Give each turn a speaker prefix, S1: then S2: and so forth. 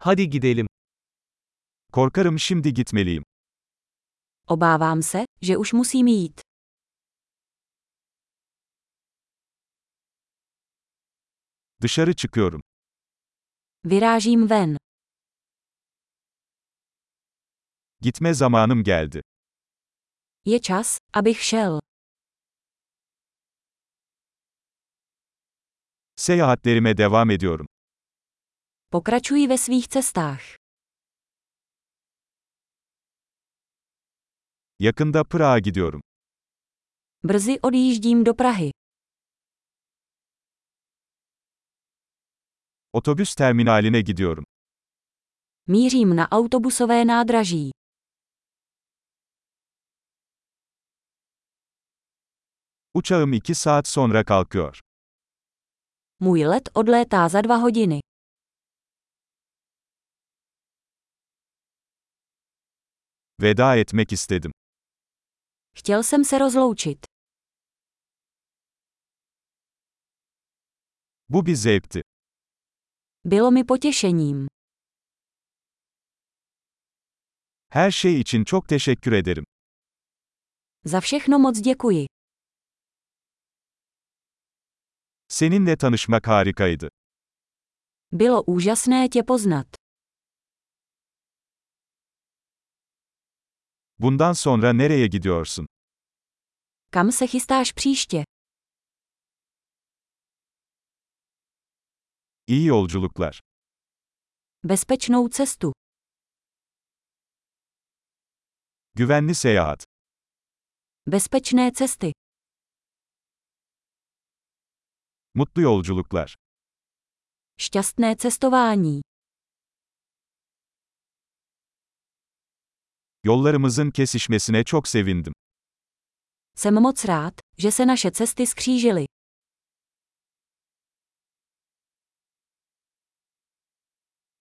S1: Hadi gidelim. Korkarım şimdi gitmeliyim.
S2: Obávám se, že už musím jít.
S1: Dışarı çıkıyorum.
S2: Vyrážím ven.
S1: Gitme zamanım geldi.
S2: Je čas, abych šel.
S1: Seyahatlerime devam ediyorum.
S2: Pokračuji ve svých cestách.
S1: Yakında Prag'a gidiyorum.
S2: Brzy odjíždím do Prahy.
S1: Otobüs terminaline gidiyorum.
S2: Mířím na autobusové nádraží.
S1: Uçağım 2 saat sonra kalkıyor.
S2: Můj let odlétá za dva hodiny.
S1: Veda etmek istedim.
S2: Chtěl jsem se rozloučit.
S1: Bu bir zevkti.
S2: Bylo mi potěšením.
S1: Her şey için çok teşekkür ederim.
S2: Za všechno moc děkuji.
S1: Seninle tanışmak harikaydı.
S2: Bylo úžasné tě poznat.
S1: Bundan sonra nereye gidiyorsun?
S2: Kam se chystáš příště?
S1: İyi yolculuklar.
S2: Bezpečnou cestu.
S1: Güvenli seyahat.
S2: Bezpečné cesty.
S1: Mutlu yolculuklar.
S2: Šťastné cestování.
S1: Yollarımızın kesişmesine çok sevindim.
S2: Jsem moc rád, že se naše cesty skřížily.